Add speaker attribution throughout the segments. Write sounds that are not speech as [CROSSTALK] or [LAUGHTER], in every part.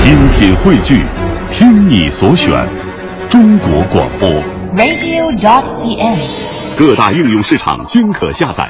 Speaker 1: 精品汇聚，听你所选，中国广播。
Speaker 2: radio.cn。
Speaker 1: 各大应用市场均可下载。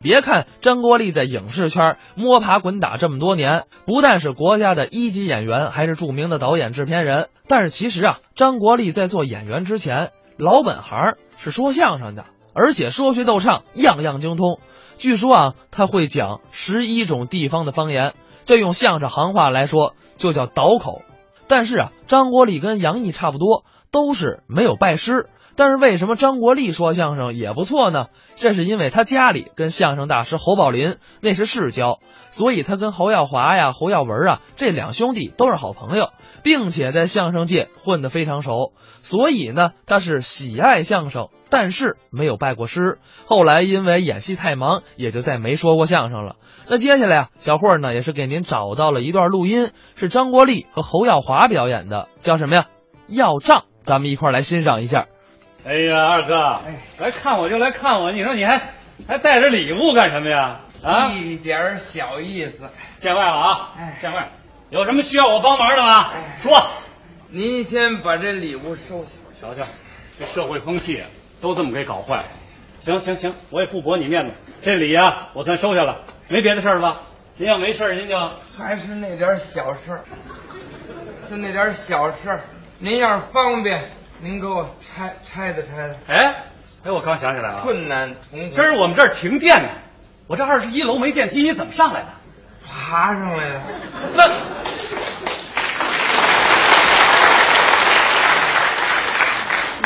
Speaker 3: 别看张国立在影视圈摸爬滚打这么多年，不但是国家的一级演员，还是著名的导演、制片人。但是其实啊，张国立在做演员之前，老本行是说相声的，而且说学逗唱样样精通。据说啊，他会讲十一种地方的方言，这用相声行话来说就叫倒口。但是啊，张国立跟杨毅差不多，都是没有拜师。但是为什么张国立说相声也不错呢？这是因为他家里跟相声大师侯宝林那是世交，所以他跟侯耀华呀、侯耀文啊这两兄弟都是好朋友，并且在相声界混得非常熟。所以呢，他是喜爱相声，但是没有拜过师。后来因为演戏太忙，也就再没说过相声了。那接下来啊，小慧儿呢也是给您找到了一段录音，是张国立和侯耀华表演的，叫什么呀？要账，咱们一块儿来欣赏一下。
Speaker 4: 哎呀，二哥，
Speaker 5: 哎
Speaker 4: 来看我就来看我，你说你还还带着礼物干什么呀？啊，
Speaker 5: 一点儿小意思。
Speaker 4: 见外了啊
Speaker 5: 哎，
Speaker 4: 见外，有什么需要我帮忙的吗？说，
Speaker 5: 您先把这礼物收下。
Speaker 4: 瞧瞧，这社会风气啊都这么给搞坏了。行行行，我也不驳你面子，这礼呀、我算收下了，没别的事儿了吧？您要没事儿，您就
Speaker 5: 还是那点儿小事儿，就那点儿小事儿。您要是方便，您给我拆拆的拆的。
Speaker 4: 哎哎，我刚想起来啊，
Speaker 5: 困难重
Speaker 4: 今
Speaker 5: 重，
Speaker 4: 儿我们这儿停电呢，我这二十一楼没电梯，你怎么上来的？
Speaker 5: 爬上来的。
Speaker 4: 那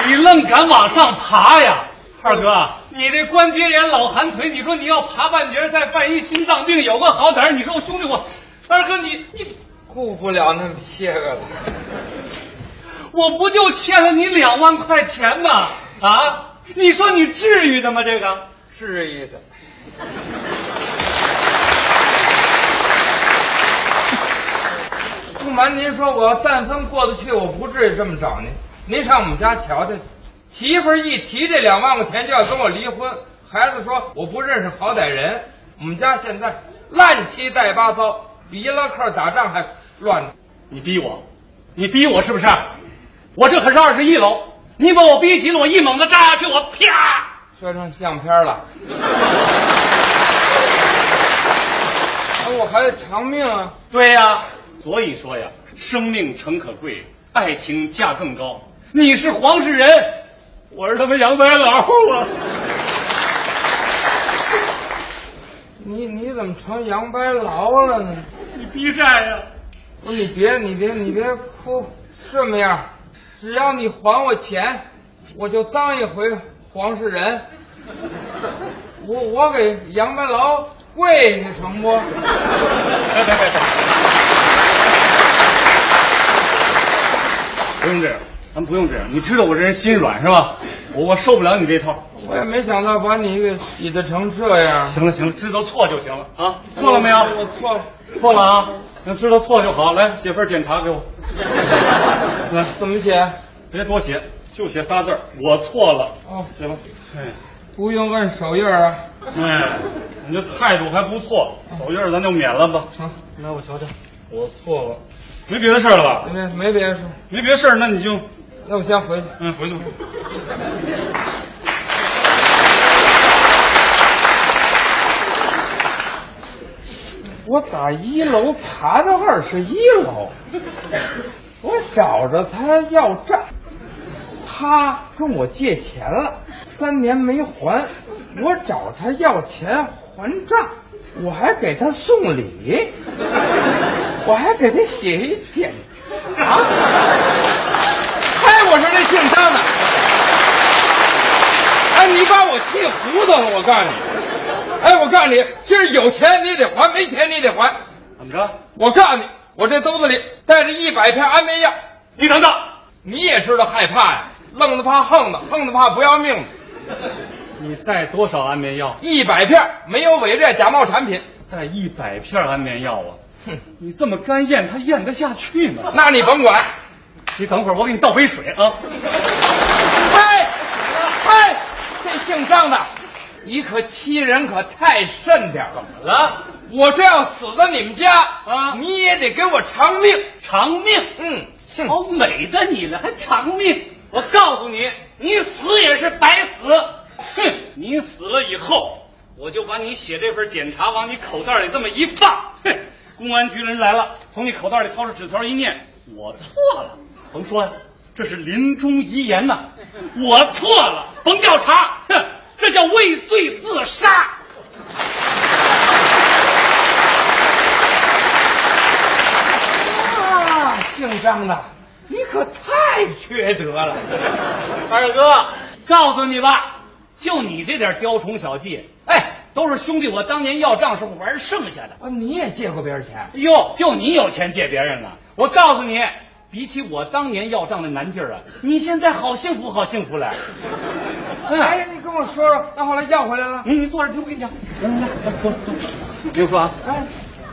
Speaker 4: 你愣敢往上爬呀，二哥！你这关节炎、老寒腿，你说你要爬半截儿，再犯一心脏病，有个好歹儿，你说我兄弟我，二哥你你，
Speaker 5: 顾不了那么些个了，
Speaker 4: 我不就欠了你两万块钱吗？啊，你说你至于的吗？这个，
Speaker 5: 至于的。不瞒您说，我要但凡过得去，我不至于这么找您。您上我们家瞧瞧去。媳妇儿一提这两万块钱就要跟我离婚，孩子说我不认识好歹人。我们家现在烂七带八糟，比伊拉克打仗还乱。
Speaker 4: 你逼我，你逼我是不是？我这可是二十一楼，你把我逼急了，我一猛子扎下去，我啪！
Speaker 5: 摔成相片了。哎，我还得偿命啊！
Speaker 4: 对呀、所以说呀，生命诚可贵，爱情价更高。你是黄世仁，我是他妈杨白劳啊！
Speaker 5: 你你怎么成杨白劳了呢？
Speaker 4: 你逼债呀、
Speaker 5: 不是你别你别你别哭，这么样，只要你还我钱，我就当一回黄世仁。我我给杨白劳跪下成不？
Speaker 4: 别别别别！不用这样，咱不用这样。你知道我这人心软是吧？我我受不了你这套。
Speaker 5: 我也没想到把你给挤得成这样。
Speaker 4: 行了行了，知道错就行了啊！错了没有？
Speaker 5: 我错了，
Speaker 4: 错了啊！能知道错就好。来，写份检查给 [LAUGHS] 我。来，
Speaker 5: 怎么写？
Speaker 4: 别多写，就写仨字儿，我错了。
Speaker 5: 哦，
Speaker 4: 行了，哎，
Speaker 5: 不用按手印儿啊。
Speaker 4: 哎，你这态度还不错，手印儿咱就免了吧。
Speaker 5: 成，
Speaker 4: 来，我瞧瞧，
Speaker 5: 我错了，
Speaker 4: 没别的事儿了吧？
Speaker 5: 没没别的事，
Speaker 4: 没别的事儿，那你就
Speaker 5: 那我先回去。
Speaker 4: 嗯回去吧。
Speaker 5: 我打一楼爬到二十一楼，我找着他要账，他跟我借钱了，三年没还，我找他要钱还账，我还给他送礼，我还给他写一检查，哎，我说这姓张的，哎，你把我气糊涂了，我告诉你。哎，我告诉你，今儿有钱你得还，没钱你得还。
Speaker 4: 怎么着？
Speaker 5: 我告诉你，我这兜子里带着一百片安眠药，
Speaker 4: 你等等，
Speaker 5: 你也知道害怕呀，愣的怕横的，横的怕不要命的。
Speaker 4: [LAUGHS] 你带多少安眠药？
Speaker 5: 一百片没有伪劣假冒产品，
Speaker 4: 带一百片安眠药啊！
Speaker 5: 哼，
Speaker 4: 你这么干咽，他咽得下去吗？
Speaker 5: 那你甭管。
Speaker 4: 你等会儿，我给你倒杯水啊。
Speaker 5: 哎，哎，这姓张的，你可欺人可太甚点儿了。
Speaker 4: 了，
Speaker 5: 我这要死在你们家
Speaker 4: 啊
Speaker 5: 你也得给我偿命。
Speaker 4: 偿命。
Speaker 5: 嗯，
Speaker 4: 好哦美的你了，还偿命！我告诉你，你死也是白死。哼，你死了以后，我就把你写这份检查往你口袋里这么一放。哼，公安局人来了，从你口袋里掏出纸条一念，我错了。甭说呀，这是临终遗言呐、我错了，甭调查。哼，这叫畏罪自杀。
Speaker 5: 啊，姓张的，你可太缺德了。
Speaker 4: [LAUGHS] 二哥，告诉你吧，就你这点雕虫小技，哎，都是兄弟我当年要账时候玩剩下的。
Speaker 5: 啊，你也借过别人钱？
Speaker 4: 哟，就你有钱借别人了？我告诉你，比起我当年要账的难劲儿啊，你现在好幸福，好幸福来。嗯
Speaker 5: 哎，你跟我说说，那后来要回来了？
Speaker 4: 你你坐着听，我跟你讲。嗯您说啊，
Speaker 5: 哎，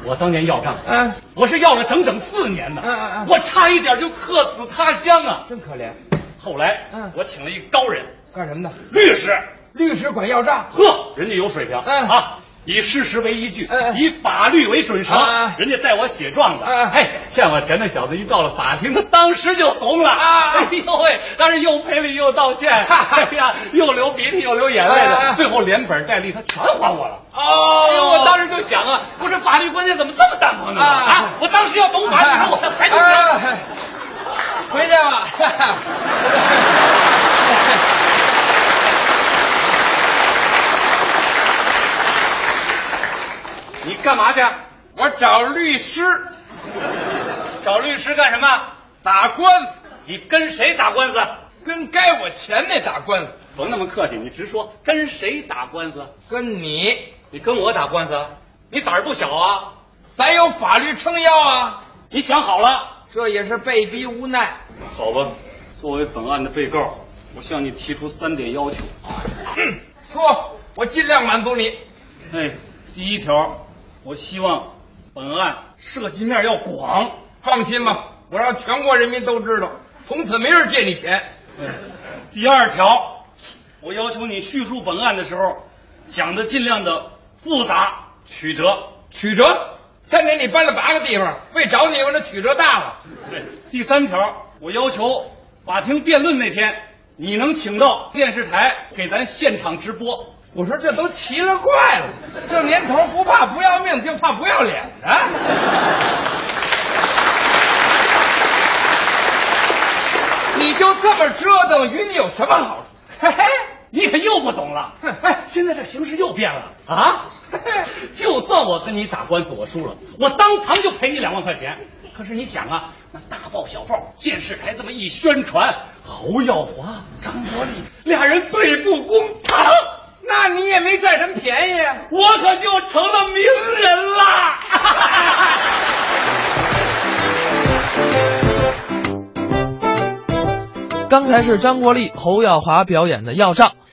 Speaker 4: 我当年要账，
Speaker 5: 嗯，
Speaker 4: 我是要了整整四年呢，
Speaker 5: 嗯嗯嗯
Speaker 4: 我差一点就客死他乡啊。
Speaker 5: 真可怜，
Speaker 4: 后来，
Speaker 5: 嗯
Speaker 4: 我请了一高人，
Speaker 5: 干什么的？
Speaker 4: 律师，
Speaker 5: 律师管要账。
Speaker 4: 呵，人家有水平，
Speaker 5: 嗯
Speaker 4: 啊，以事实为依据，
Speaker 5: 嗯嗯
Speaker 4: 以法律为准绳，
Speaker 5: 啊啊
Speaker 4: 人家带我写状的，
Speaker 5: 啊啊
Speaker 4: 哎，欠我钱的小子一到了法庭，他当时就怂了，啊，哎呦喂，当时又赔礼又道歉，哎呀，又流鼻涕又流眼泪的，
Speaker 5: 啊啊啊
Speaker 4: 最后连本带利他全还我了。
Speaker 5: 哦
Speaker 4: 哎呦，我当时就想啊，我这法律观念怎么这么淡薄呢？
Speaker 5: 啊哎
Speaker 4: 啊，我当时要懂法，你说我还能
Speaker 5: 啊
Speaker 4: 人？
Speaker 5: 哎回去吧。
Speaker 4: 你干嘛去？
Speaker 5: 我找律师
Speaker 4: 找律师干什么？
Speaker 5: 打官司，
Speaker 4: 你跟谁打官司？
Speaker 5: 跟该我钱那打官司，
Speaker 4: 甭那么客气，你直说，跟谁打官司？
Speaker 5: 跟你，
Speaker 4: 你跟我打官司，你胆儿不小啊！
Speaker 5: 咱有法律撑腰啊。
Speaker 4: 你想好了？
Speaker 5: 这也是被逼无奈。
Speaker 4: 好吧，作为本案的被告，我向你提出三点要求。
Speaker 5: 说，我尽量满足你。
Speaker 4: 哎，第一条，我希望本案涉及面要广。
Speaker 5: 放心吧，我让全国人民都知道，从此没人借你钱。
Speaker 4: 哎， [LAUGHS] 第二条，我要求你叙述本案的时候，讲的尽量的复杂曲折。
Speaker 5: 曲折，三年你搬了八个地方，为找你我这曲折大了。
Speaker 4: 对，第三条，我要求法庭辩论那天，你能请到电视台给咱现场直播。
Speaker 5: 我说这都奇了怪了，这年头不怕不要命，就怕不要脸啊！你就这么折腾，与你有什么好处？
Speaker 4: 嘿嘿，你可又不懂了
Speaker 5: 哼。
Speaker 4: 哎，现在这形势又变了 [LAUGHS] 啊！嘿嘿就算我跟你打官司，我输了，我当场就赔你两万块钱。可是你想啊，那大报小报，电视台这么一宣传，侯耀华、张国立俩人对簿公堂，
Speaker 5: 那你也没占什么便宜啊！
Speaker 4: 我可就成了名人啦！
Speaker 3: 刚才是张国立、侯耀华表演的《要账》，哎